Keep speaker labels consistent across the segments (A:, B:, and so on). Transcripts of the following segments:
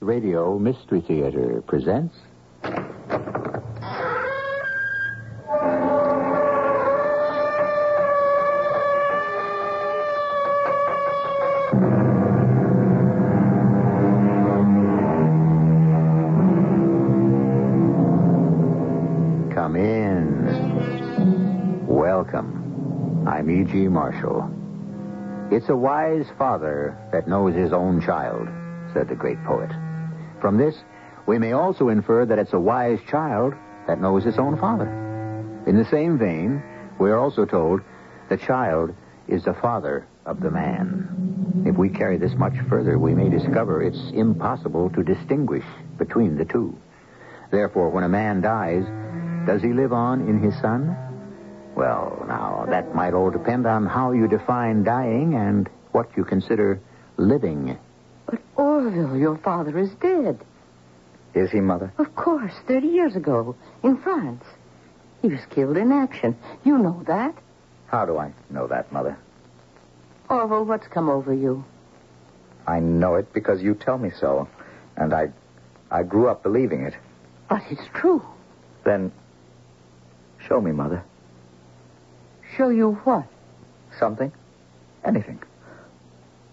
A: Radio Mystery Theater presents. Come in. Welcome. I'm E.G. Marshall. It's a wise father that knows his own child, said the great poet. From this, we may also infer that it's a wise child that knows its own father. In the same vein, we are also told the child is the father of the man. If we carry this much further, we may discover it's impossible to distinguish between the two. Therefore, when a man dies, does he live on in his son? Well, now, that might all depend on how you define dying and what you consider living.
B: But Orville, your father is dead.
A: Is he, Mother?
B: Of course, 30 years ago, in France. He was killed in action. You know that.
A: How do I know that, Mother?
B: Orville, what's come over you?
A: I know it because you tell me so, and I, I grew up believing it.
B: But it's true.
A: Then, show me, Mother.
B: Show you what?
A: Something? Anything.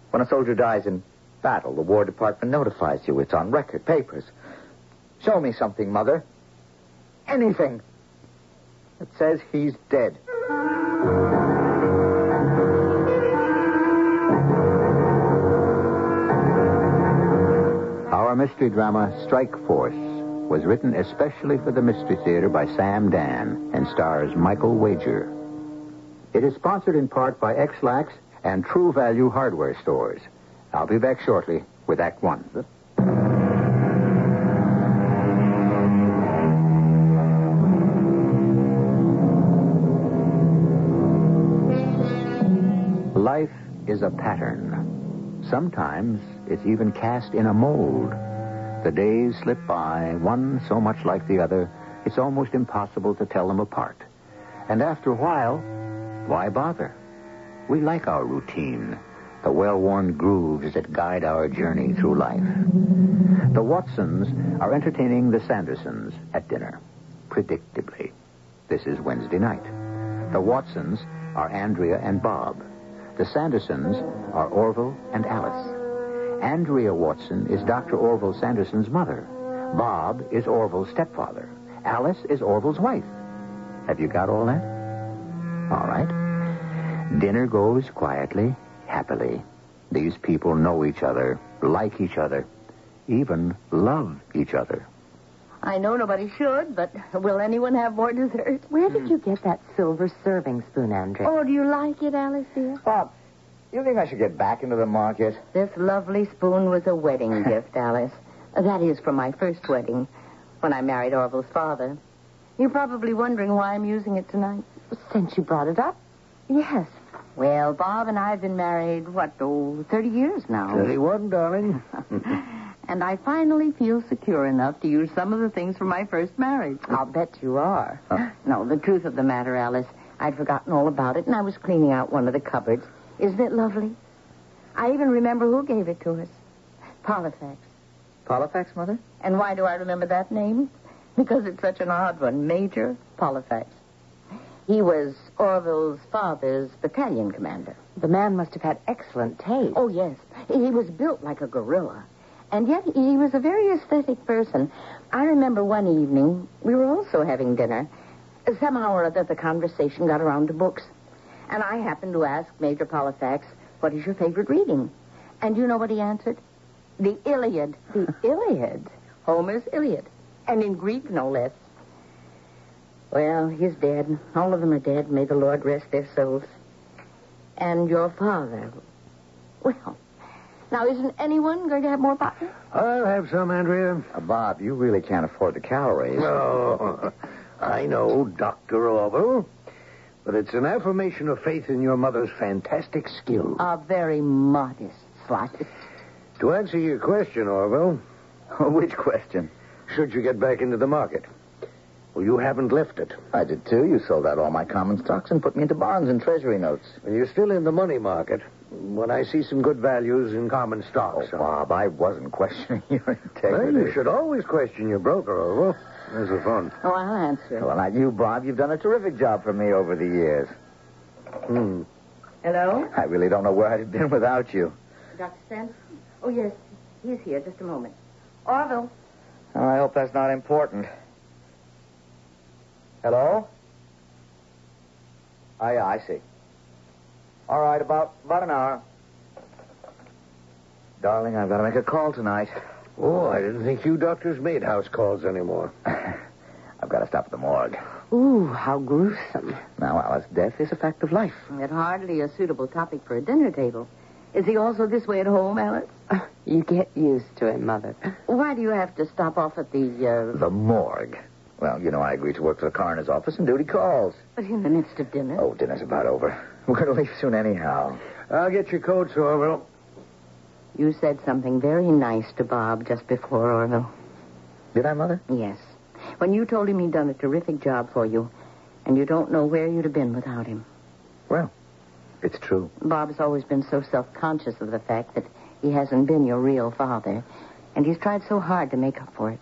A: When a soldier dies in battle, the War Department notifies you. It's on record, papers. Show me something, Mother. Anything. It says he's dead. Our mystery drama, Strike Force, was written especially for the Mystery Theater by Sam Dan and stars Michael Wager. It is sponsored in part by Xlax and True Value Hardware Stores. I'll be back shortly with Act One. Life is a pattern. Sometimes it's even cast in a mold. The days slip by, one so much like the other, it's almost impossible to tell them apart. And after a while, why bother? We like our routine, the well worn grooves that guide our journey through life. The Watsons are entertaining the Sandersons at dinner, predictably. This is Wednesday night. The Watsons are Andrea and Bob. The Sandersons are Orville and Alice. Andrea Watson is Dr. Orville Sanderson's mother. Bob is Orville's stepfather. Alice is Orville's wife. Have you got all that? All right. Dinner goes quietly, happily. These people know each other, like each other, even love each other.
B: I know nobody should, but will anyone have more dessert? Hmm.
C: Where did you get that silver serving spoon, Andrea?
B: Oh, do you like it, Alice, dear?
A: Bob, you think I should get back into the market?
B: This lovely spoon was a wedding gift, Alice. That is, from my first wedding, when I married Orville's father. You're probably wondering why I'm using it tonight.
C: Since you brought it up? Yes.
B: Well, Bob and I have been married, what, oh, 30 years now.
A: 31, darling.
B: And I finally feel secure enough to use some of the things from my first marriage.
C: I'll bet you are.
B: No, the truth of the matter, Alice, I'd forgotten all about it, and I was cleaning out one of the cupboards. Isn't it lovely? I even remember who gave it to us Polifax.
A: Polifax, Mother?
B: And why do I remember that name? Because it's such an odd one. Major Polifax. He was Orville's father's battalion commander.
C: The man must have had excellent taste.
B: Oh, yes. He was built like a gorilla. And yet he was a very aesthetic person. I remember one evening, we were also having dinner. Somehow or other, the conversation got around to books. And I happened to ask Major Polifax, what is your favorite reading? And you know what he answered? The Iliad. The Iliad. Homer's Iliad. And in Greek, no less. Well, he's dead. All of them are dead. May the Lord rest their souls. And your father. Well, now isn't anyone going to have more pie?
D: I'll have some, Andrea.
A: Uh, Bob, you really can't afford the calories.
D: No, I know, Dr. Orville. But it's an affirmation of faith in your mother's fantastic skill.
B: A very modest slice.
D: to answer your question, Orville,
A: Which question?
D: should you get back into the market? Well, you haven't left it.
A: I did too. You sold out all my common stocks and put me into bonds and treasury notes.
D: And you're still in the money market.
E: When I see some good values in common
A: Oh,
E: stocks.
A: Bob, I wasn't questioning your
E: well,
A: integrity.
E: you should always question your broker, Orville. There's the phone.
B: Oh, I'll answer.
A: Well, not you, Bob. You've done a terrific job for me over the years.
E: Hmm.
B: Hello?
A: I really don't know where I'd have been without you.
B: Dr. Stanton? Oh, yes. He's here. Just a moment. Orville.
A: Well, I hope that's not important. Hello? Oh, yeah, I see. All right, about about an hour. Darling, I've got to make a call tonight.
E: Oh, I didn't think you doctors made house calls anymore.
A: I've got to stop at the morgue.
F: Ooh, how gruesome.
A: Now, Alice, death is a fact of life.
B: Yet hardly a suitable topic for a dinner table. Is he also this way at home, Alice?
F: You get used to it, Mother.
B: Why do you have to stop off at the, uh,
A: The morgue. Well, you know, I agreed to work for the coroner's office and duty calls.
B: but in the midst of dinner?
A: Oh, dinner's about over. We're going to leave soon, anyhow.
E: I'll get your coats, Orville.
B: You said something very nice to Bob just before, Orville.
A: Did I, Mother?
B: Yes. When you told him he'd done a terrific job for you, and you don't know where you'd have been without him.
A: Well, it's true.
B: Bob's always been so self conscious of the fact that he hasn't been your real father, and he's tried so hard to make up for it.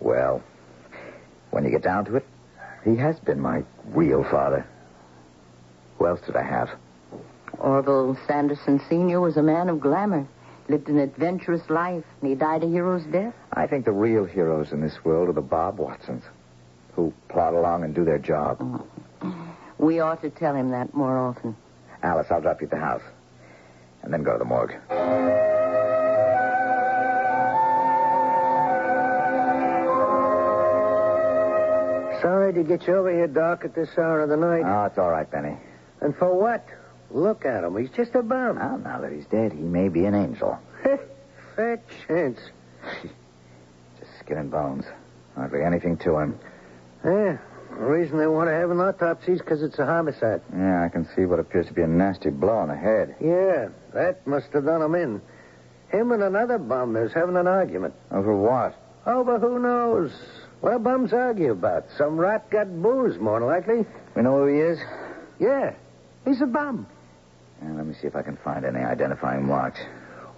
A: Well, when you get down to it, he has been my real father. Who else did I have?
B: Orville Sanderson Sr. was a man of glamour, lived an adventurous life, and he died a hero's death.
A: I think the real heroes in this world are the Bob Watsons, who plod along and do their job.
B: We ought to tell him that more often.
A: Alice, I'll drop you at the house. And then go to the morgue.
E: Sorry to get you over here, Doc, at this hour of the night.
A: Oh, it's all right, Benny.
E: and for what? Look at him. He's just a bum.
A: Well, now that he's dead, he may be an angel.
E: Fat chance.
A: Just skin and bones. Hardly anything to him.
E: Yeah. The Eh, reason they want to have an autopsy is because it's a homicide.
A: Yeah, I can see what appears to be a nasty blow on the head.
E: Yeah, that must have done him in. Him and another bum is having an argument.
A: Over what?
E: Oh, but who knows? What do bums argue about? Some rat got booze, more than likely.
A: We know who he is?
E: Yeah, he's a bum.
A: Yeah, let me see if I can find any identifying marks.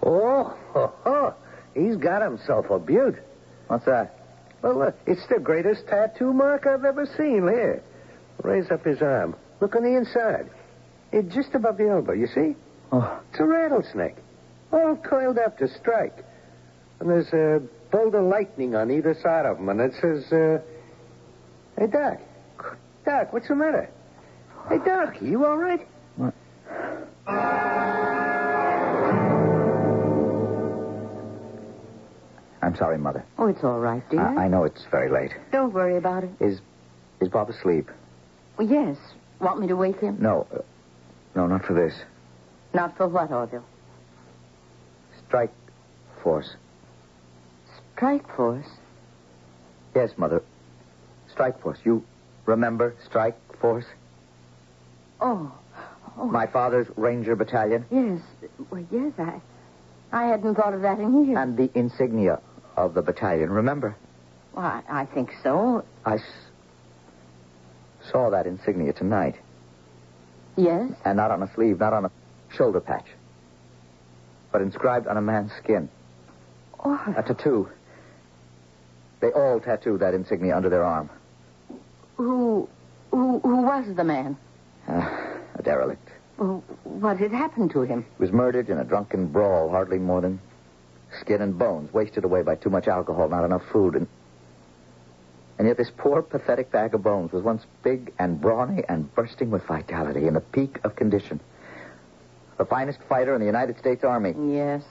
E: Oh, ho, ho. he's got himself a beaut.
A: What's that?
E: Well, look, it's the greatest tattoo mark I've ever seen. Here, raise up his arm. Look on the inside. It's just above the elbow, you see?
A: Oh,
E: It's a rattlesnake, all coiled up to strike. And there's a bolt of lightning on either side of him, and it says, uh, Hey, Doc. Doc, what's the matter? Hey, Doc, you all right?
A: I'm sorry, Mother.
B: Oh, it's all right, dear.
A: I, I know it's very late.
B: Don't worry about it.
A: Is is Bob asleep?
B: Well, yes. Want me to wake him?
A: No. uh, no, not for this.
B: Not for what, Orville?
A: Strike force.
B: Strike force.
A: Yes, Mother. Strike force. You remember strike force?
B: Oh,
A: My father's Ranger Battalion
B: yes. Well, yes, I. I hadn't thought of that in years.
A: and the insignia of the battalion. Remember?
B: Well, I, I think so.
A: I s- saw that insignia tonight.
B: Yes.
A: And not on a sleeve, not on a shoulder patch, but inscribed on a man's skin.
B: Orville.
A: A tattoo. They all tattoo that insignia under their arm.
B: Who, who, who was the man?
A: Ah, a derelict.
B: Who- What had happened to him?
A: He was murdered in a drunken brawl, hardly more than skin and bones, wasted away by too much alcohol, not enough food, and and yet this poor, pathetic bag of bones was once big and brawny and bursting with vitality in the peak of condition. The finest fighter in the United States Army.
B: Yes.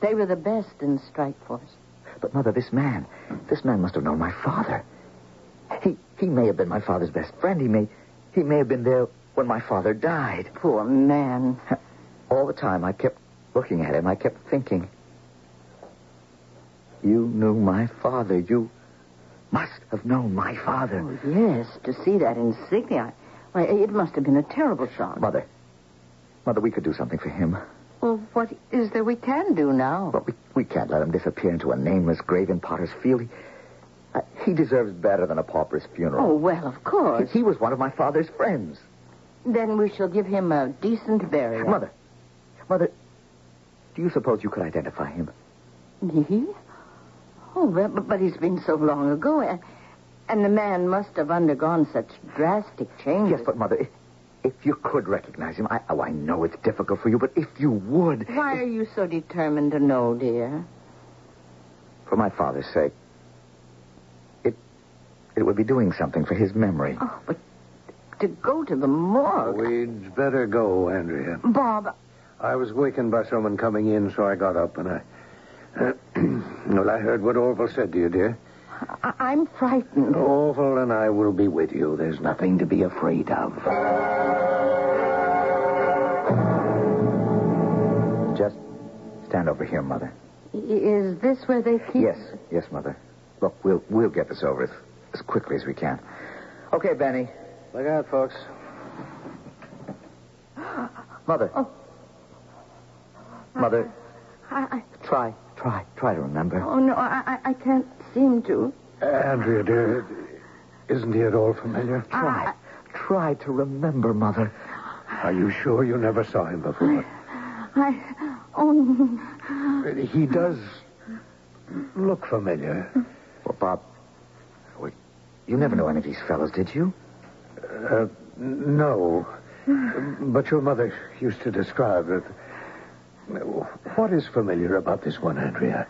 B: They were the best in strike force.
A: But mother, this man, this man must have known my father. He he may have been my father's best friend. He may he may have been there when my father died.
B: Poor man.
A: All the time I kept looking at him. I kept thinking. You knew my father. You must have known my father.
B: Oh, yes, to see that insignia. Why, it must have been a terrible shock.
A: Mother. Mother, we could do something for him.
B: Well, what is there we can do now?
A: But we, we can't let him disappear into a nameless grave in Potter's Field. He, uh, he deserves better than a pauper's
B: Oh,
A: funeral.
B: well, of
A: He-
B: course.
A: he was one of my father's friends.
B: Then we shall give him a decent burial.
A: Mother, Mother, do you suppose you could identify him?
B: Me? Oh, but, but it's been so long ago, and, and the man must have undergone such drastic changes.
A: Yes, but Mother, if, if you could recognize him, I, oh, I know it's difficult for you, but if you would,
B: Why are you so determined to know, dear?
A: for my father's sake, it it would be doing something for his memory.
B: Oh, but to go to
A: Oh,
B: the morgue.
E: We'd better go, Andrea.
B: Bob,
E: I was wakened by someone coming in, so I got up and I. well, I heard what Orville said to you, dear.
B: I- I'm frightened.
E: Orville and I will be with you. There's nothing to be afraid of.
A: Just stand over here, Mother.
B: Is this where they keep?
A: Yes, yes, Mother. Look, we'll we'll get this over as, as quickly as we can. Okay, Benny.
E: Look out, folks.
A: Mother. Mother,
B: I,
A: try, try, try to remember.
B: I, oh no, I, I I can't seem to.
E: Andrea, dear, isn't he at all familiar?
A: Try, try to remember, Mother.
E: Are you sure you never saw him before?
B: I, oh,
E: He does look familiar.
A: Well, Bob, well, you never knew any of these fellows, did you?
E: Uh, n- no. But your mother used to describe it. What is familiar about this one, Andrea?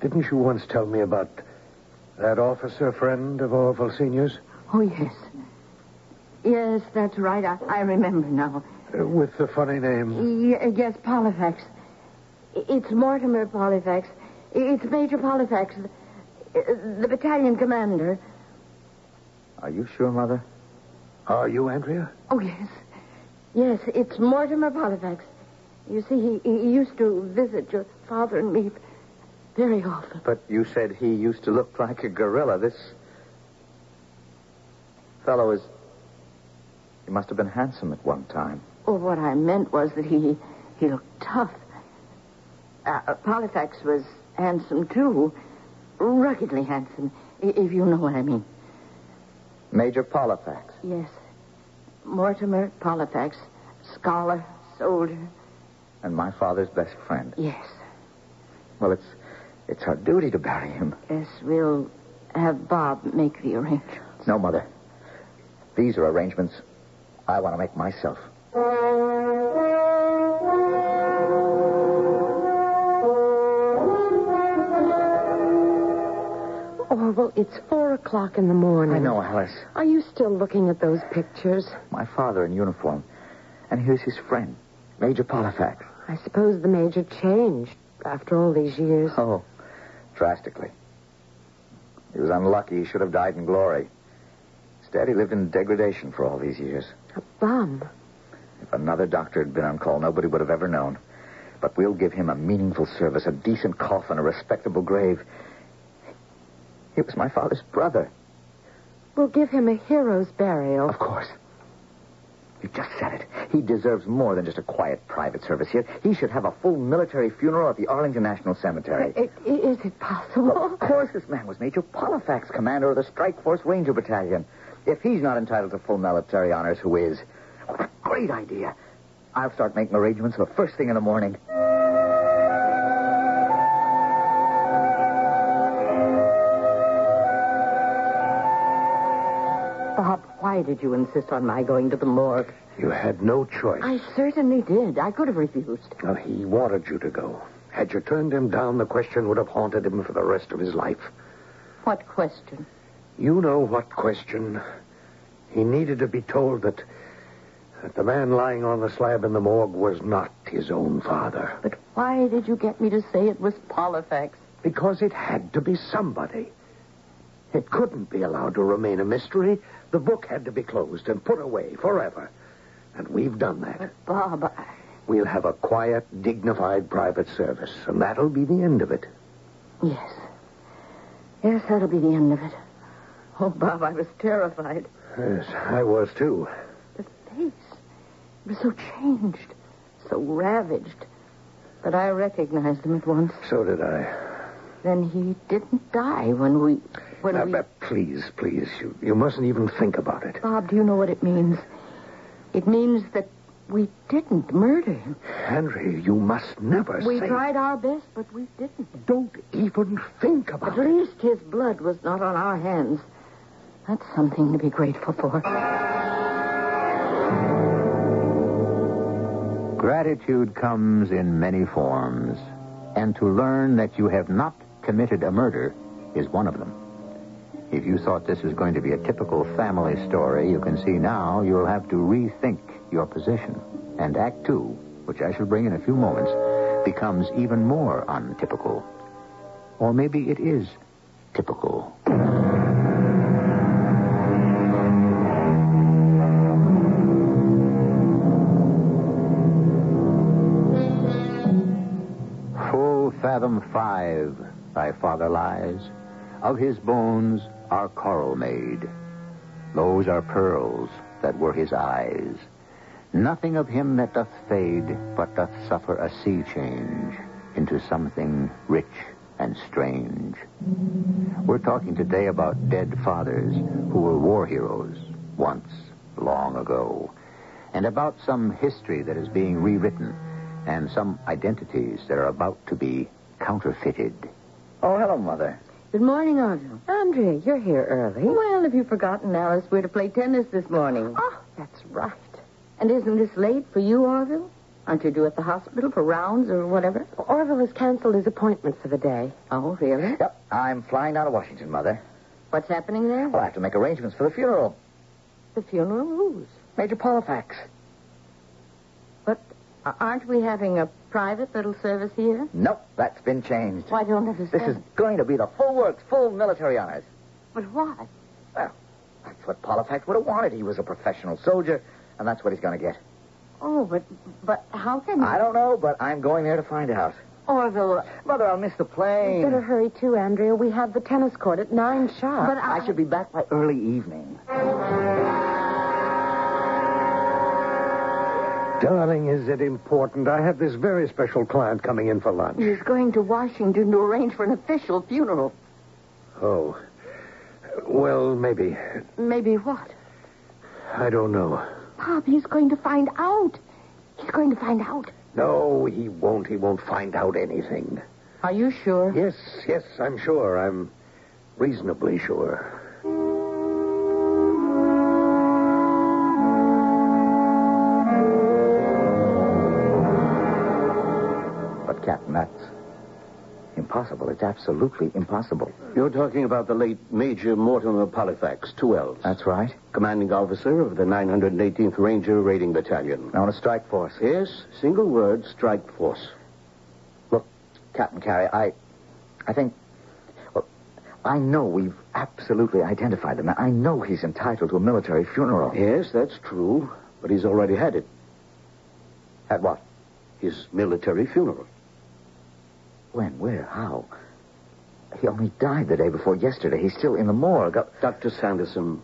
E: Didn't you once tell me about that officer friend of Orville Senior's
B: oh yes, yes, that's right. I, I remember now.
E: uh, with the funny name?
B: Y- yes, Polifax. I- It's Mortimer Polifax. I- It's Major Polifax, the, the battalion commander.
A: Are you sure, Mother?
E: Are you, Andrea?
B: Oh yes, yes, it's Mortimer Polifax. You see, he, he used to visit your father and me very often.
A: But you said he used to look like a gorilla. This fellow is. He must have been handsome at one time.
B: Well, what I meant was that he he looked tough. Uh, Polifax was handsome too, ruggedly handsome, i- if you know what I mean.
A: Major Polifax.
B: Yes, Mortimer Polifax, scholar, soldier.
A: and my father's best friend.
B: Yes,
A: Well, it's it's our duty to bury him.
B: yes, we'll have Bob make the arrangement.
A: No, mother. These are arrangements I want to make myself.
G: Orville, Oh, it's four o'clock in the morning.
A: I know, Alice.
G: Are you still looking at those pictures?
A: My father in uniform, and here's his friend, Major Polifax.
G: I suppose the major changed after all these years.
A: Oh, drastically. He was unlucky. He should have died in glory. Instead, he lived in degradation for all these years.
G: A bum.
A: If another doctor had been on call, nobody would have ever known. But we'll give him a meaningful service, a decent coffin, a respectable grave. He was my father's brother.
G: We'll give him a hero's burial.
A: Of course. You just said it. He deserves more than just a quiet private service here. He should have a full military funeral at the Arlington National Cemetery.
G: I- i- Is it possible?
A: Of course, this man was Major Polifax, commander of the Strike Force Ranger Battalion. If he's not entitled to full military honors, who is? What a great idea. I'll start making arrangements for first thing in the morning.
B: Bob, why did you insist on my going to the morgue?
E: You had no choice.
B: I certainly did. I could have refused.
E: Now, he wanted you to go. Had you turned him down, the question would have haunted him for the rest of his life.
B: What question?
E: You know what question. He needed to be told that, that the man lying on the slab in the morgue was not his own father.
B: But why did you get me to say it was Polifax?
E: Because it had to be somebody. It couldn't be allowed to remain a mystery. The book had to be closed and put away forever. And we've done that.
B: Bob, I-
E: We'll have a quiet, dignified private service, and that'll be the end of it.
B: Yes. Yes, that'll be the end of it. Oh, Bob, I was terrified.
E: Yes, I was too.
B: The face it was so changed, so ravaged. But I recognized him at once.
E: So did I.
B: Then he didn't die when we. When
D: Uh,
E: Now,
B: we...
E: but please, please, you, you mustn't even think about it.
B: Bob, do you know what it means? It means that We didn't murder him.
H: Henry, you must never
B: We
H: say...
B: tried our best, but we didn't.
H: Don't even think about
B: At
H: it.
B: least his blood was not on our hands. That's something to be grateful for.
A: Gratitude comes in many forms, and to learn that you have not committed a murder is one of them. If you thought this was going to be a typical family story, you can see now you'll have to rethink your position. And Act Two, which I shall bring in a few moments, becomes even more untypical. Or maybe it is typical. Full fathom five thy father lies. Of his bones are coral made. Those are pearls that were his eyes. Nothing of him that doth fade, but doth suffer a sea change into something rich and strange. We're talking today about dead fathers who were war heroes once, long ago, and about some history that is being rewritten and some identities that are about to be counterfeited. Oh, hello, Mother.
B: Good morning, Audra.
C: Andrea, you're here early.
B: Well, if you've forgotten, Alice, we're to play tennis this morning.
C: Oh, that's right.
B: And isn't this late for you, Orville? Aren't you due at the hospital for rounds or whatever?
C: Orville has canceled his appointment for the day.
B: Oh, really?
A: Yep, I'm flying down to Washington, Mother.
B: What's happening there?
A: Well, I have to make arrangements for the funeral.
B: The funeral who's?
A: Major Polifax.
B: But uh, aren't we having a private little service here?
A: Nope, that's been changed.
B: Well, I don't understand.
A: This is going to be the full works, full military honors.
B: But why?
A: That's what Polifax would have wanted. He was a professional soldier, and that's what he's going to get.
B: Oh, but but how can you?
A: I don't know, but I'm going there to find out.
B: Orville,
A: Mother, I'll miss the
C: You better
A: plane.
C: hurry too, Andrea. We have the tennis court at nine sharp.
B: uh, but I...
A: I should be back by early evening.
D: Darling, is it important? I have this very special client coming in for lunch.
B: He's going to Washington to arrange for an official funeral.
D: Oh. Well, maybe.
B: Maybe what?
D: I don't know.
B: Bob, he's going to find out. He's going to find out.
D: No, he won't. He won't find out anything.
B: Are you sure?
D: Yes, yes, I'm sure. I'm reasonably sure.
A: But, Captain, that's impossible. It's absolutely impossible.
E: You're talking about the late Major Mortimer Polifax, two L's,
A: That's right.
E: commanding officer of the 918th Ranger Raiding Battalion.
A: Now, on a strike force.
E: Yes, single word, strike force.
A: Captain Carey, I, I think, well, I know we've absolutely identified him. I know he's entitled to a military funeral.
E: Yes, that's true, but he's already had it,
A: At what?
E: his military funeral.
A: When? Where? How? He only died the day before yesterday. He's still in the morgue. Uh,
E: Dr. Sanderson,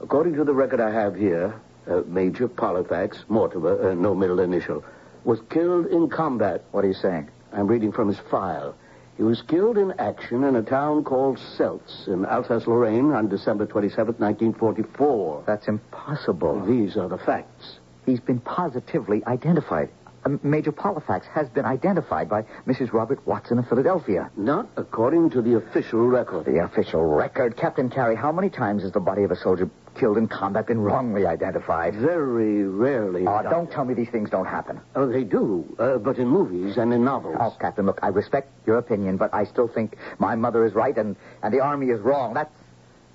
E: according to the record I have here, uh, Major Polifax, Mortimer, uh, no middle initial, was killed in combat.
A: What are you saying?
E: I'm reading from his file. He was killed in action in a town called Seltz in Alsace-Lorraine on December 27, 1944.
A: That's impossible.
E: These are the facts.
A: He's been positively identified. Um, Major Polifax has been identified by Mrs. Robert Watson of Philadelphia.
E: Not according to the official record.
A: The official record. Captain Carey, how many times has the body of a soldier killed in combat been wrongly identified?
E: Very rarely.
A: Oh, don't tell me these things don't happen.
E: Oh, they do, uh, but in movies and in novels.
A: Oh, Captain, look, I respect your opinion, but I still think my mother is right and, and the Army is wrong. That's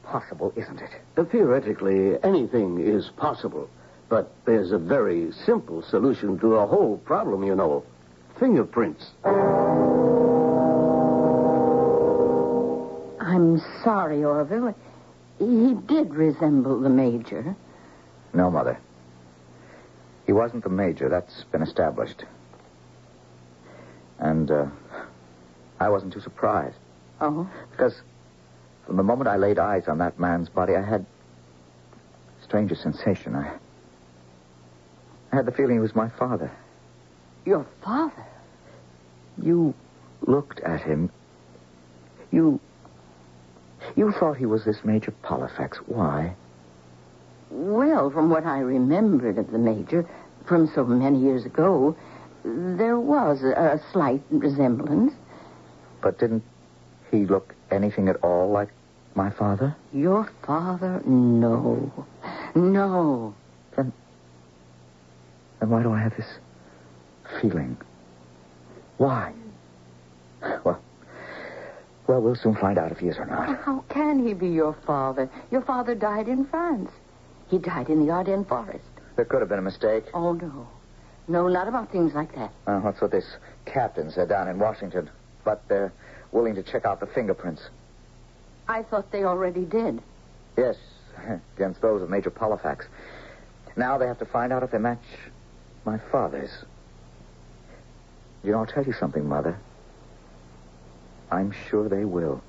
A: possible, isn't it?
E: Uh, Theoretically, anything is possible, but there's a very simple solution to the whole problem, you know. Fingerprints.
B: I'm sorry, Orville. He did resemble the major.
A: No, Mother. He wasn't the major. That's been established. And uh, I wasn't too surprised.
B: Oh?
A: Because from the moment I laid eyes on that man's body, I had stranger sensation. I, I had the feeling he was my father.
B: Your father?
A: You looked at him. You. You thought he was this Major Polifax. Why?
B: Well, from what I remembered of the major, from so many years ago, there was a, a slight resemblance.
A: But didn't he look anything at all like my father?
B: Your father? No. No.
A: Then. Then why do I have this feeling? Why? Well. Well, we'll soon find out if he is or not.
B: How can he be your father? Your father died in France. He died in the Ardennes forest.
A: There could have been a mistake.
B: Oh, no. No, not about things like that.
A: Uh, that's what this captain said down in Washington. But they're willing to check out the fingerprints.
B: I thought they already did.
A: Yes, against those of Major Polifax. Now they have to find out if they match my father's. You know, I'll tell you something, Mother. I'm sure they will.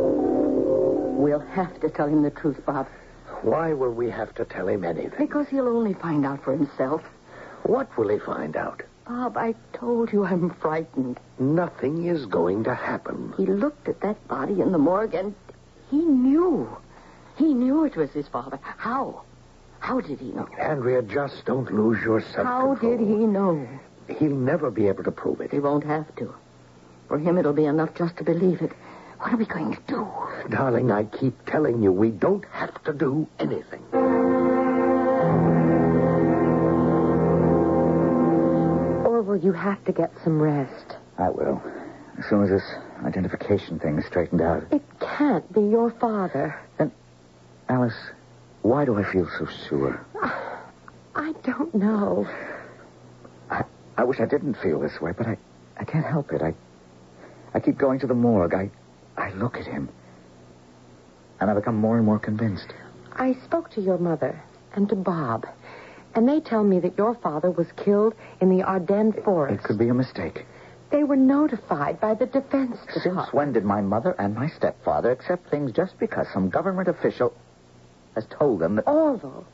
B: We'll have to tell him the truth, Bob,
H: Why will we have to tell him anything?
B: because he'll only find out for himself.
H: What will he find out?
B: Bob, I told you I'm frightened.
H: Nothing is going to happen.
B: He looked at that body in the morgue and he knew. He knew it was his father. How? How did he know?
H: Andrea, just don't lose your
B: How
H: self-control.
B: did he know?
H: he? He'll never be able to prove
B: He
H: it.
B: won't have to. For him, it'll be enough just to believe it. What are we going to do?
H: Darling, I keep telling you, we don't have to do anything.
C: Or will you have to get some rest?
A: I will. As soon as this identification thing is straightened out.
C: It can't be your father.
A: Alice, why do I feel so sure?
C: I don't know.
A: I, I wish I didn't feel this way, but I, I can't help it. I, I keep going to the morgue. I, I look at him. And I become more and more convinced.
C: I spoke to your mother and to Bob, and they tell me that your father was killed in the Ardennes forest.
A: It could be a mistake.
C: They were notified by the defense department.
A: Since when did my mother and my stepfather accept things just because some government official has told them that.
C: Although,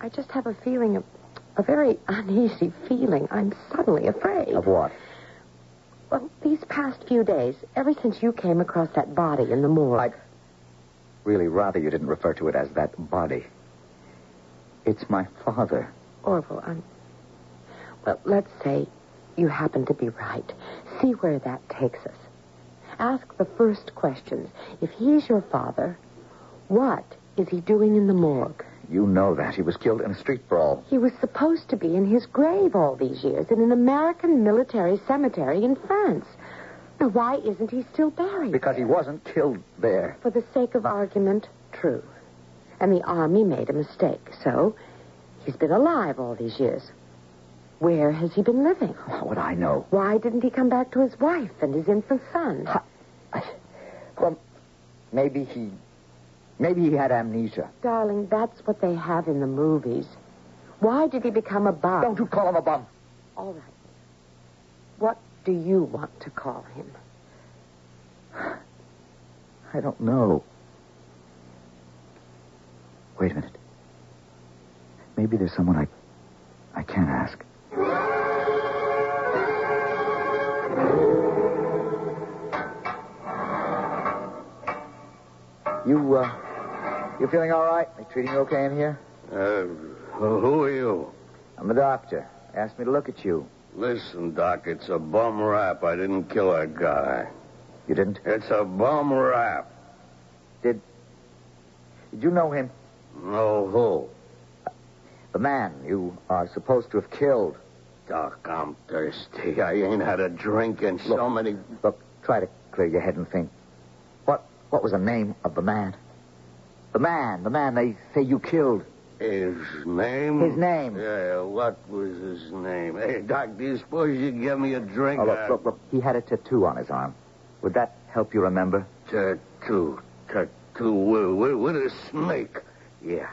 C: I just have a feeling of a very uneasy feeling. I'm suddenly afraid.
A: Of what?
C: Well, these past few days, ever since you came across that body in the morgue,
A: I'd really rather you didn't refer to it as that body. It's my father.
C: Orville, I'm. Well, let's say you happen to be right. See where that takes us. Ask the first questions. If he's your father, what is he doing in the morgue?
A: You know that. He was killed in a street brawl.
C: He was supposed to be in his grave all these years in an American military cemetery in France. Now, why isn't he still buried?
A: Because he wasn't killed there.
C: For the sake of argument, true. And the army made a mistake, so he's been alive all these years. Where has he been living?
A: How would I know?
C: Why didn't he come back to his wife and his infant son?
A: Well, maybe he. Maybe he had amnesia.
C: Darling, that's what they have in the movies. Why did he become a bum?
A: Don't you call him a bum.
C: All right. What do you want to call him?
A: I don't know. Wait a minute. Maybe there's someone I. I can ask. You, uh. You feeling all right? They treating you okay in here?
E: Uh, who are you?
A: I'm the doctor. Asked me to look at you.
E: Listen, Doc, it's a bum rap. I didn't kill that guy.
A: You didn't?
E: It's a bum rap.
A: Did you know him?
E: No, who?
A: The man you are supposed to have killed.
E: Doc, I'm thirsty. I ain't had a drink in so
A: Look.
E: many.
A: Look, try to clear your head and think. What what was the name of the man? The man, the man they say you killed.
E: His name?
A: His name.
E: Yeah, what was his name? Hey, Doc, do you suppose you give me a drink? Uh,
A: Oh,
E: I-
A: look, look, look. He had a tattoo on his arm. Would that help you remember?
E: Tattoo. Tattoo with, with, with a snake. Yeah.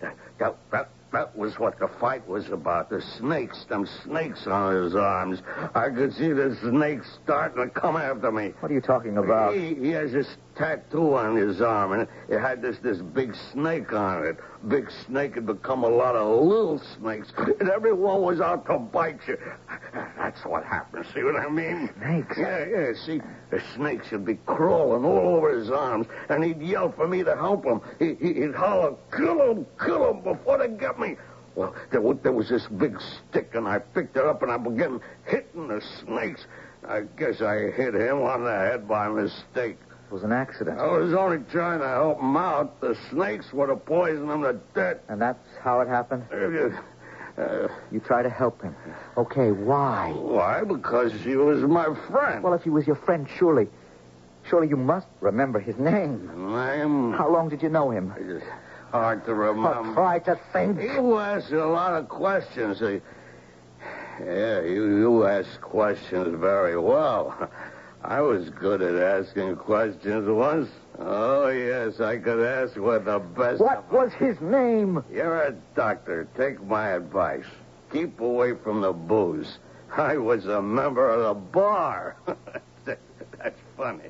E: That, that, that, that was what the fight was about. The snakes, them snakes on his arms. I could see the snakes starting to come after me.
A: What are you talking about?
E: He, he has this tattoo on his arm, and it had this this big snake on it. Big snake had become a lot of little snakes, and everyone was out to bite you. That's what happened. See what I mean?
A: Snakes?
E: Yeah, yeah. See, the snakes would be crawling all over his arms, and he'd yell for me to help him. He, he, would holler, "Kill him! Kill him!" before they get me. Well, there, wa- there was this big stick, and I picked it up, and I began hitting the snakes. I guess I hit him on the head by mistake.
A: It was an accident.
E: I was only trying to help him out. The snakes would have poisoned him to death.
A: And that's how it happened?
E: Uh, uh,
A: You try to help him. Okay, why?
E: why? Because she was my friend.
A: Well, if he was your friend, surely. Surely you must remember his name.
E: Name?
A: How long did you know him?
E: It's hard to
A: Oh,
E: remember.
A: try to think.
E: You asked a lot of questions. Uh, Yeah, you, you asked questions very well. I was good at asking questions once. Oh, yes, I could ask with the best.
A: What was his name?
E: You're a doctor. Take my advice. Keep away from the booze. I was a member of the bar. That- That's funny.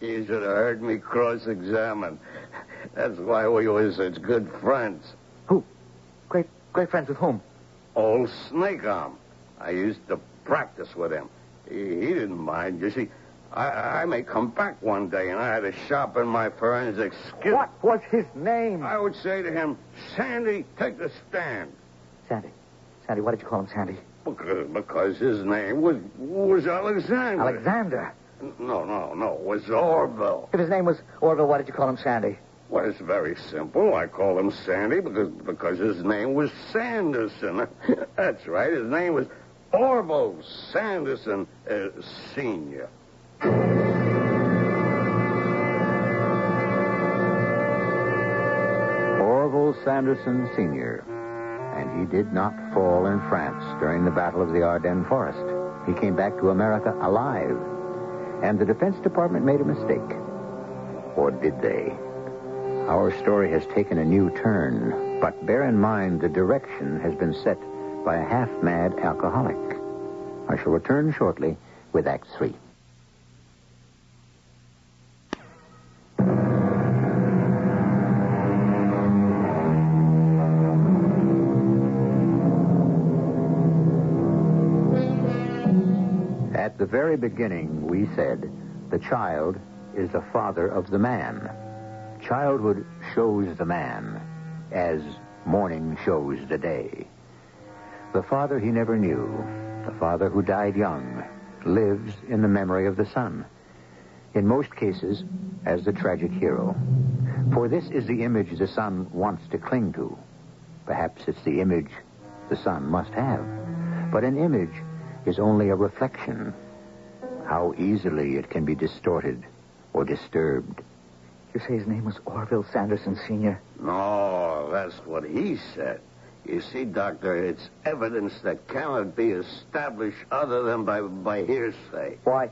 E: You should have heard me cross-examine. That's why we were such good friends.
A: Great, great friends with whom?
E: Old Snake Arm. I used to practice with him. He, he didn't mind. You see, I, I may come back one day, and I had to sharpen my forensic skill.
A: What was his name?
E: I would say to him, Sandy, take the stand.
A: Sandy. Sandy, why did you call him Sandy?
E: Because, because his name was was Alexander.
A: Alexander.
E: No, no, no. It was Orville.
A: If his name was Orville, why did you call him Sandy?
E: Well, it's very simple. I call him Sandy because because his name was Sanderson. That's right. His name was Orville Sanderson uh, Senior.
A: Orville Sanderson Sr. And he did not fall in France during the Battle of the Ardennes Forest. He came back to America alive. And the Defense Department made a mistake. Or did they? Our story has taken a new turn, but bear in mind the direction has been set by a half mad alcoholic. I shall return shortly with Act Three. At the very beginning, we said the child is the father of the man. Childhood shows the man as morning shows the day. The father he never knew, the father who died young, lives in the memory of the son. In most cases, as the tragic hero. For this is the image the son wants to cling to. Perhaps it's the image the son must have. But an image is only a reflection. How easily it can be distorted or disturbed. You say his name was Orville Sanderson Sr.
E: No, Oh, that's what he said. You see, Doctor, it's evidence that cannot be established other than by, by hearsay.
A: Why?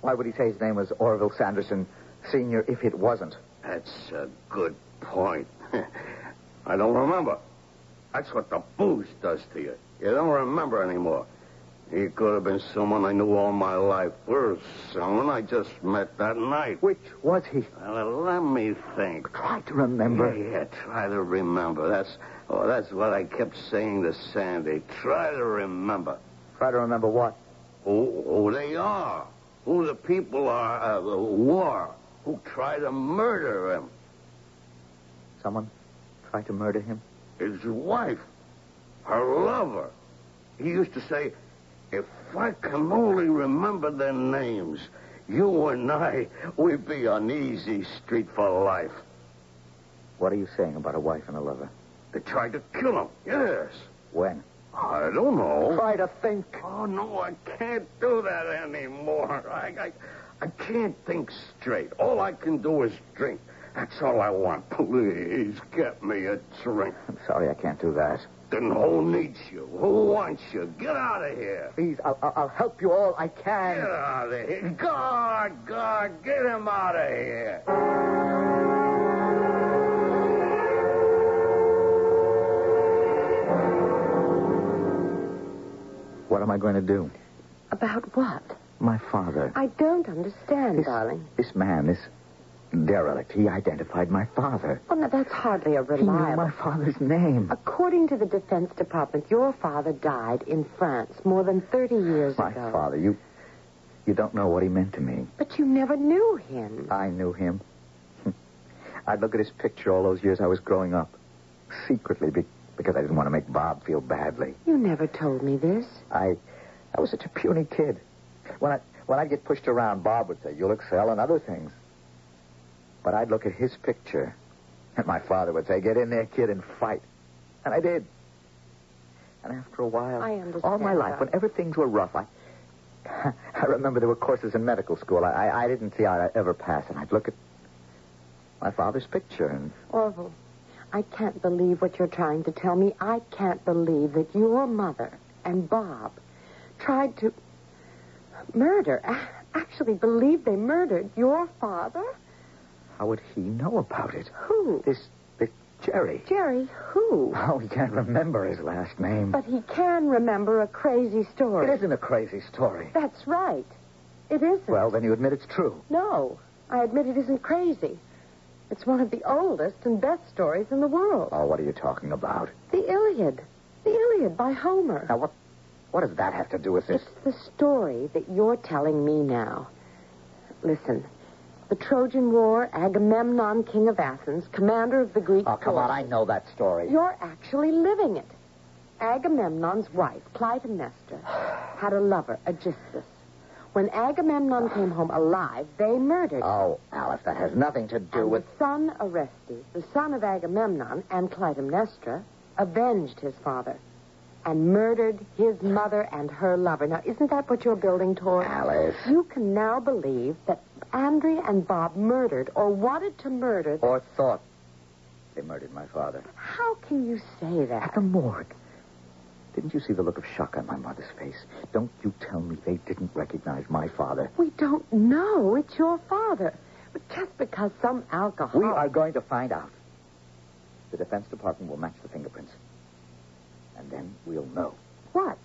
A: Why would he say his name was Orville Sanderson Sr. if it wasn't?
E: That's a good point. I don't remember. That's what the booze does to you. You don't remember anymore. He could have been someone I knew all my life, or someone I just met that night.
A: Which was he?
E: Well, let me think.
A: Try to remember.
E: Yeah, yeah, try to remember. That's oh, that's what I kept saying to Sandy. Try to remember
A: Try to remember what?
E: who, who they are, who the people are, uh, who are, who try to murder him.
A: Someone tried to murder him?
E: His wife, her lover. He used to say, if I can only remember their names, you and I, we'd be on easy street for life.
A: What are you saying about a wife and a lover?
E: They tried to kill him, yes.
A: When?
E: I don't know.
A: Try to think.
E: Oh, no, I can't do that anymore. I, I, I can't think straight. All I can do is drink. That's all I want. Please get me a drink.
A: I'm sorry, I can't do that.
E: Then who needs you? Who wants you? Get out of here.
A: Please, I'll, I'll, I'll help you all I
E: Get
A: can.
E: out of here. God, God, get him out of here.
A: What am I going to do?
C: About what?
A: My father.
C: I don't understand,
A: This-
C: darling.
A: This man, this derelict. He identified my father.
B: Well, now, that's hardly a
A: He knew
B: reliable.
A: my father's name.
B: According to the Defense Department, your father died in France more than 30 years
A: My
B: ago.
A: father, you. You don't know what he meant to me.
B: But you never knew him.
A: I knew him. I'd look at his picture all those years I was growing up, secretly, be- because I didn't want to make Bob feel badly.
B: You never told me this.
A: I, I was such a puny kid. When I when I'd get pushed around, Bob would say, "You'll excel in other things." But I'd look at his picture, and my father would say, "Get in there, kid, and fight." And I did. And after a while,
B: I understand,
A: all my life,
B: Bob.
A: whenever things were rough, I. I remember there were courses in medical school I, I, I didn't see how I'd ever pass, and I'd look at my father's picture, and
B: Orville, I can't believe what you're trying to tell me. I can't believe that your mother and Bob tried to murder, actually believed they murdered your father?
A: how would he know about it?
B: Who?
A: This, this Jerry.
B: Jerry, who?
A: Oh, he can't remember his last name.
B: But he can remember a crazy story.
A: It isn't a crazy story.
B: That's right. It isn't.
A: Well, then you admit it's true.
B: no. I admit it isn't crazy. It's one of the oldest and best stories in the world.
A: Oh, what are you talking about?
B: The Iliad. The Iliad by Homer.
A: Now, what, what does that have to do with this?
B: It's the story that you're telling me now. Listen, the Trojan War, Agamemnon, king of Athens, commander of the Greek.
A: Oh, come on, I
B: forces.
A: know that story.
B: You're actually living it. Agamemnon's wife, Clytemnestra, had a lover, Aegisthus. When Agamemnon came home alive, they murdered him.
A: Oh, Alice, that has nothing to do
B: and
A: with.
B: the son Orestes, the son of Agamemnon and Clytemnestra, avenged his father and murdered his mother and her lover. Now, isn't that what you're building toward?
A: Alice.
B: You can now believe that Andrea and Bob murdered or wanted to murder.
A: Or thought they murdered my father.
B: How can you say that?
A: At the morgue. Didn't you see the look of shock on my mother's face? Don't you tell me they didn't recognize my father.
B: We don't know. It's your father. But just because some alcohol.
A: We are going to find out. The Defense Department will match the fingerprints. And then we'll know.
B: What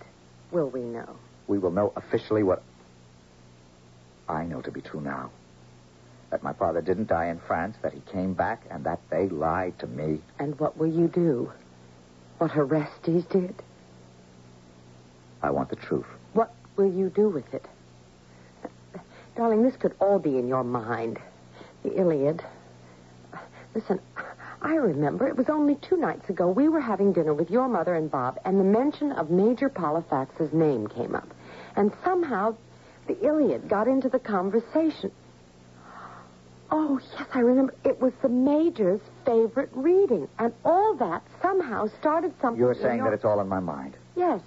B: will we know?
A: we will know officially what I know to be true now. That my father didn't die in France, that he came back, and that they lied to me.
B: And what will you do? What Orestes did?
A: I want the truth.
B: What will you do with it? Darling, this could all be in your mind. The Iliad. Listen, I remember it was only two nights ago we were having dinner with your mother and Bob, and the mention of Major Polifax's name came up. And somehow the Iliad got into the conversation. Oh, yes, I remember. It was the Major's favorite reading, and all that somehow started something.
A: You're
B: in
A: saying
B: your-
A: that it's all in my mind.
B: Yes.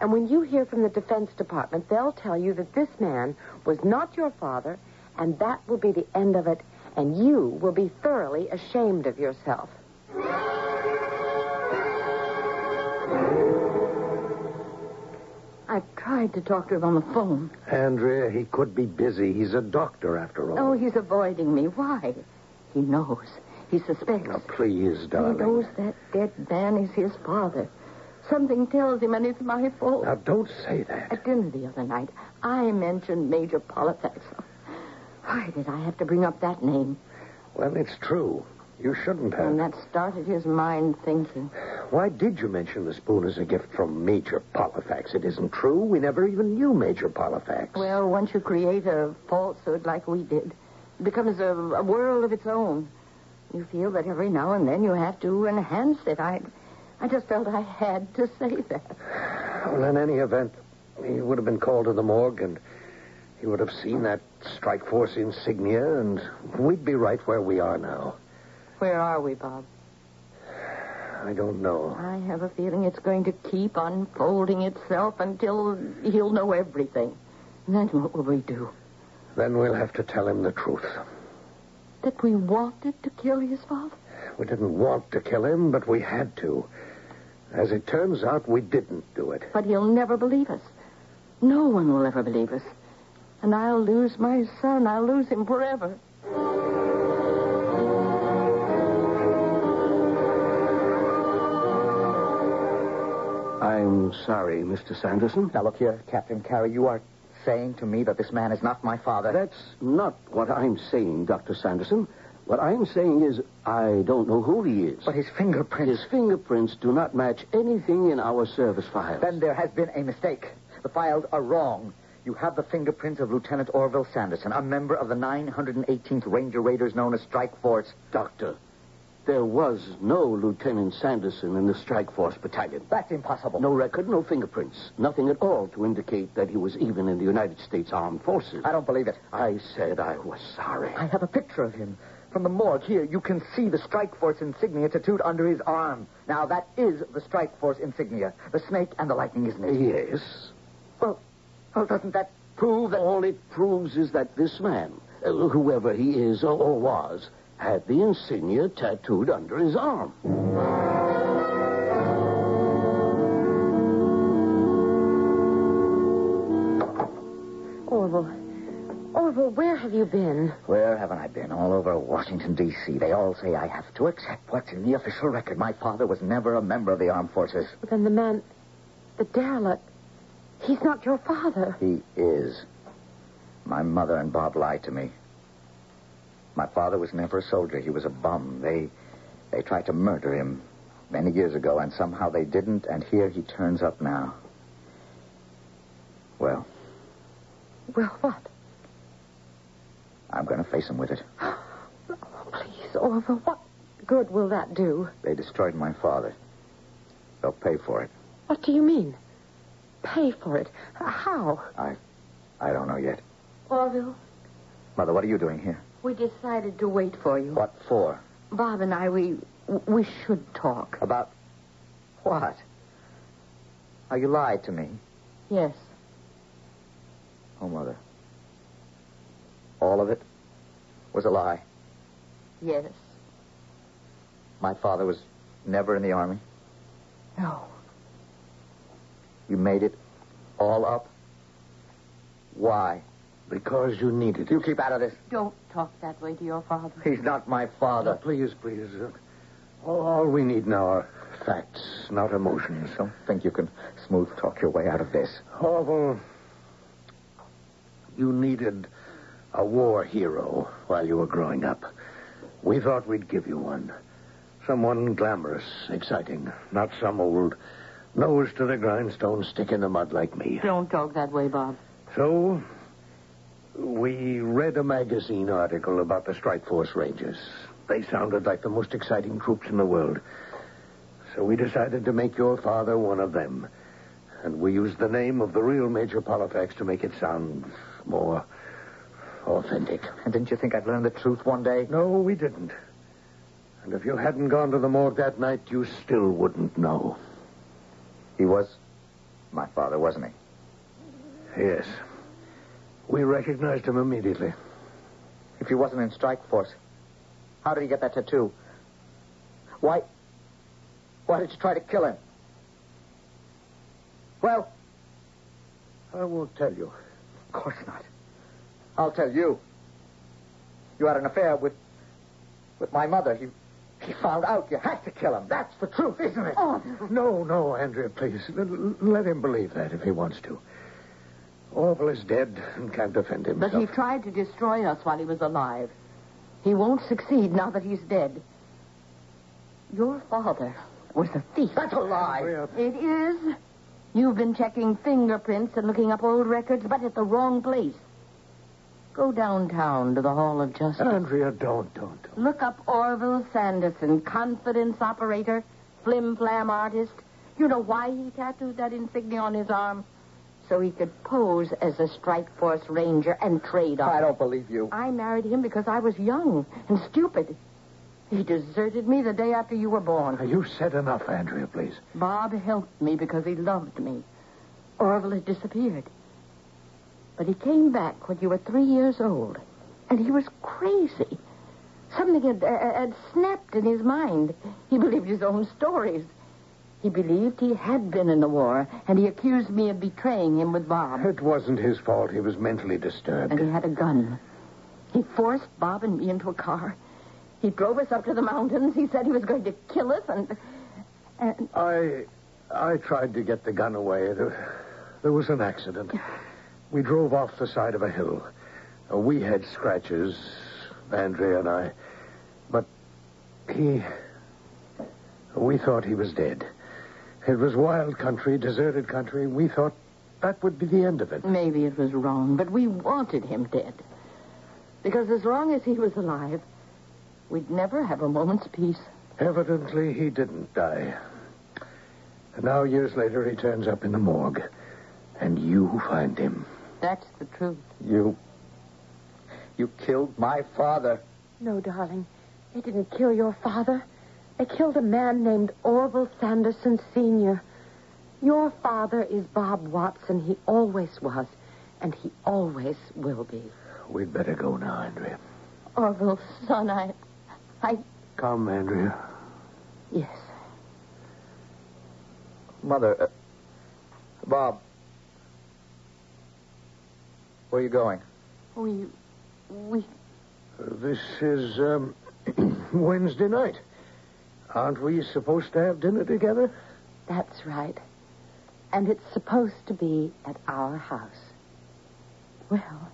B: And when you hear from the Defense Department, they'll tell you that this man was not your father, and that will be the end of it, and you will be thoroughly ashamed of yourself.
I: I've tried to talk to him on the phone.
E: Andrea, he could be busy. He's a doctor, after all.
I: Oh, he's avoiding me. Why? He knows. He suspects.
E: Now, please,
I: he
E: Oh, darling.
I: knows that dead man is his father. Something tells him, and it's my fault.
E: Now, don't say that.
I: At dinner the other night, I mentioned Major Polifax. Why did I have to bring up that name?
E: Well, it's true. You shouldn't have.
I: And that started his mind thinking.
E: Why did you mention the spoon as a gift from Major Polifax? It isn't true. We never even knew Major Polifax.
I: Well, once you create a falsehood like we did, it becomes a, a world of its own. You feel that every now and then you have to enhance it. I, I just felt I had to say that.
E: Well, in any event, he would have been called to the morgue and he would have seen that strike force insignia, and we'd be right where we are now.
I: Where are we, Bob?
E: I don't know.
I: I have a feeling it's going to keep unfolding itself until he'll know everything. And then what will we do?
E: Then we'll have to tell him the truth.
I: That we wanted to kill his father?
E: We didn't want to kill him, but we had to. As it turns out, we didn't do it.
I: But he'll never believe us. No one will ever believe us. And I'll lose my son. I'll lose him forever.
A: Now, look here, Captain Carey, you are saying to me that this man is not my father?
E: That's not what I'm saying, Dr. Sanderson. What I'm saying is, I don't know who he is.
A: But his fingerprints.
E: His fingerprints do not match anything in our service files.
A: Then there has been a mistake. The files are wrong. You have the fingerprints of Lieutenant Orville Sanderson, a member of the 918th Ranger Raiders known as Strike Force.
E: Doctor, there was no Lieutenant Sanderson in the Strike Force Battalion.
A: That's impossible.
E: No record, no fingerprints. Nothing at all to indicate that he was even in the United States Armed Forces.
A: I don't believe it.
E: I said I was sorry.
A: I have a picture of him. From the morgue here, you can see the Strike Force insignia tattooed under his arm. Now, that is the Strike Force insignia. The snake and the lightning, isn't it?
E: Yes.
A: Well, well doesn't that prove that...
E: All it proves is that this man, uh, whoever he is or, or was, had the insignia tattooed under his arm.
C: Orville. Orville, where have you been?
A: Where haven't I been? All over Washington, D.C. They all say I have to accept what's in the official record. My father was never a member of the armed forces.
C: Then the man, the derelict, he's not your father.
A: He is. My mother and Bob lied to me. My father was never a soldier. He was a bum. They they tried to murder him many years ago, and somehow they didn't, and here he turns up now. Well,
C: Well, what?
A: I'm going to face him with it.
C: Please, Orville, what good will that do?
A: They destroyed my father. They'll pay for it.
C: What do you mean? Pay for it. How?
A: I I don't know yet.
B: Orville,
A: Mother, what are you doing here?
B: we decided to wait for you.
A: What for?
B: Bob and I, we we should talk.
A: About what? How you lied to me.
B: Yes.
A: Oh, Mother. All of it was a lie.
B: Yes.
A: My father was never in the army.
B: No.
A: You made it all up. Why?
H: Because you needed it.
A: You keep out of this.
B: Don't talk that way to your father.
A: He's not my father.
H: Please, please. uh, All, all we need now are facts, not emotions.
A: I don't think you can smooth talk your way out of this.
H: Orville, you needed a war hero while you were growing up. We thought we'd give you one. Someone glamorous, exciting, not some old nose to the grindstone, stick in the mud like me.
B: Don't talk that way, Bob.
H: So, we read a magazine article about the Strike Force Rangers. They sounded like the most exciting troops in the world. So we decided to make your father one of them. And we used the name of the real Major Polifax to make it sound more authentic.
A: And didn't you think I'd learn the truth one day?
H: No, we didn't. And if you hadn't gone to the morgue that night, you still wouldn't know.
A: He was my father, wasn't he?
H: Yes. We recognized him immediately.
A: If he wasn't in strike force, how did he get that tattoo? Why? Why did you try to kill him? Well,
H: I won't tell you.
A: of course not. I'll tell you. You had an affair with with my mother. He he found out you had to kill him. That's the truth, isn't it?
H: No, no, Andrea, please. L- l- let him believe that if he wants to. Orville is dead and can't defend
B: But
H: himself.
B: he tried to destroy us while he was alive. He won't succeed now that he's dead. Your father was a thief.
A: That's a lie.
H: Andrea,
B: It is. You've been checking fingerprints and looking up old records, but at the wrong place. Go downtown to the Hall of Justice.
A: Uh,
H: Andrea, don't, don't. don't.
B: Look up Orville Sanderson, confidence operator, flim flam artist. You know why he tattooed that insignia on his arm? So he could pose as a strike force ranger and trade off.
A: I don't believe you.
B: I married him because I was young and stupid. He deserted me the day after you were born.
H: You said enough, Andrea, please.
B: Bob helped me because he loved me. Orville had disappeared. But he came back when you were three years old, and he was crazy. Something had, uh, had snapped in his mind. He believed his own stories. He believed he had been in the war, and he accused me of betraying him with Bob
H: It wasn't his fault. He was mentally disturbed.
B: and he had a gun. He forced Bob and me into a car. He drove us up to the mountains. He said he was going to kill us, and and
H: I, I tried to get the gun away. There, there was an accident.
E: We drove off the side of a hill. Uh, we had scratches, Andrea and I. But he. We thought he was dead. It was wild country, deserted country. We thought that would be the end of it.
A: Maybe it was wrong, but we wanted him dead. Because as long as he was alive, we'd never have a moment's peace.
E: Evidently, he didn't die. And now, years later, he turns up in the morgue, and you find him.
A: That's the truth.
J: You. You killed my father.
C: No, darling. They didn't kill your father. They killed a man named Orville Sanderson Sr. Your father is Bob Watson. He always was, and he always will be.
E: We'd better go now, Andrea.
A: Orville, Oh, son, I. I.
E: Come, Andrea.
A: Yes.
J: Mother. Uh, Bob. Where are you going?
A: We. We.
E: This is um, Wednesday night. Aren't we supposed to have dinner together?
C: That's right. And it's supposed to be at our house. Well,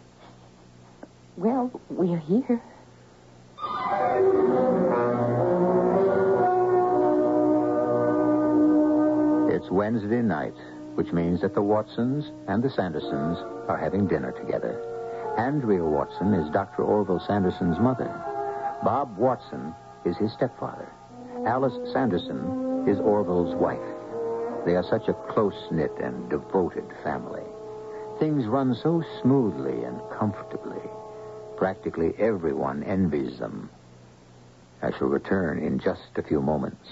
C: well, we're here.
J: It's Wednesday night, which means that the Watsons and the Sandersons are having dinner together. Andrea Watson is Dr. Orville Sanderson's mother. Bob Watson is his stepfather. Alice Sanderson is Orville's wife. They are such a close knit and devoted family. Things run so smoothly and comfortably. Practically everyone envies them. I shall return in just a few moments.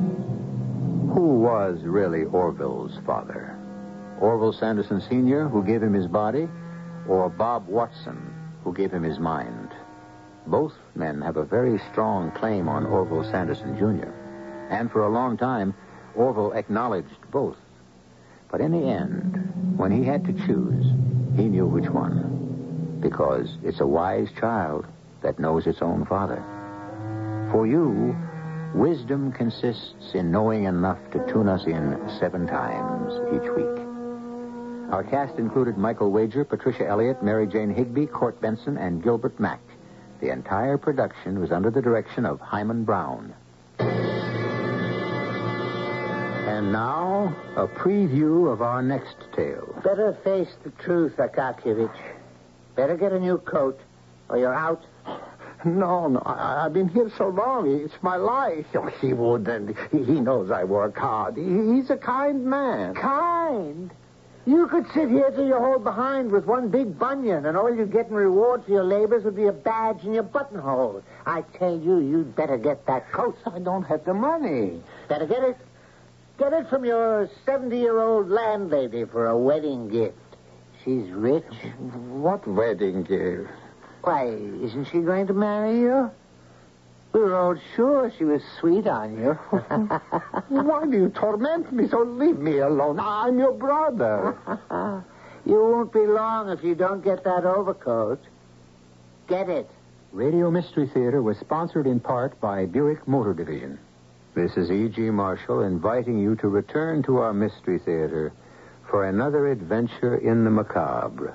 J: Who was really Orville's father? Orville Sanderson Sr., who gave him his body, or Bob Watson, who gave him his mind? Both men have a very strong claim on Orville Sanderson Jr., and for a long time, Orville acknowledged both. But in the end, when he had to choose, he knew which one, because it's a wise child that knows its own father. For you, wisdom consists in knowing enough to tune us in seven times each week. Our cast included Michael Wager, Patricia Elliott, Mary Jane Higby, Court Benson, and Gilbert Mack. The entire production was under the direction of Hyman Brown. And now, a preview of our next tale.
B: Better face the truth, Akakievich. Better get a new coat, or you're out.
K: No, no, I, I've been here so long. It's my life. Oh, he wouldn't. He, he knows I work hard. Ah, He, he's a kind man.
B: Kind? You could sit here till you're hauled behind with one big bunion, and all you'd get in reward for your labors would be a badge in your buttonhole. I tell you, you'd better get that coat.
K: I don't have the money.
B: Better get it. Get it from your 70-year-old landlady for a wedding gift. She's rich.
K: What wedding gift?
B: Why, isn't she going to marry you? We were all sure she was sweet on you.
K: Why do you torment me so? Leave me alone. I'm your brother.
B: you won't be long if you don't get that overcoat. Get it.
J: Radio Mystery Theater was sponsored in part by Buick Motor Division. This is E.G. Marshall inviting you to return to our Mystery Theater for another adventure in the macabre.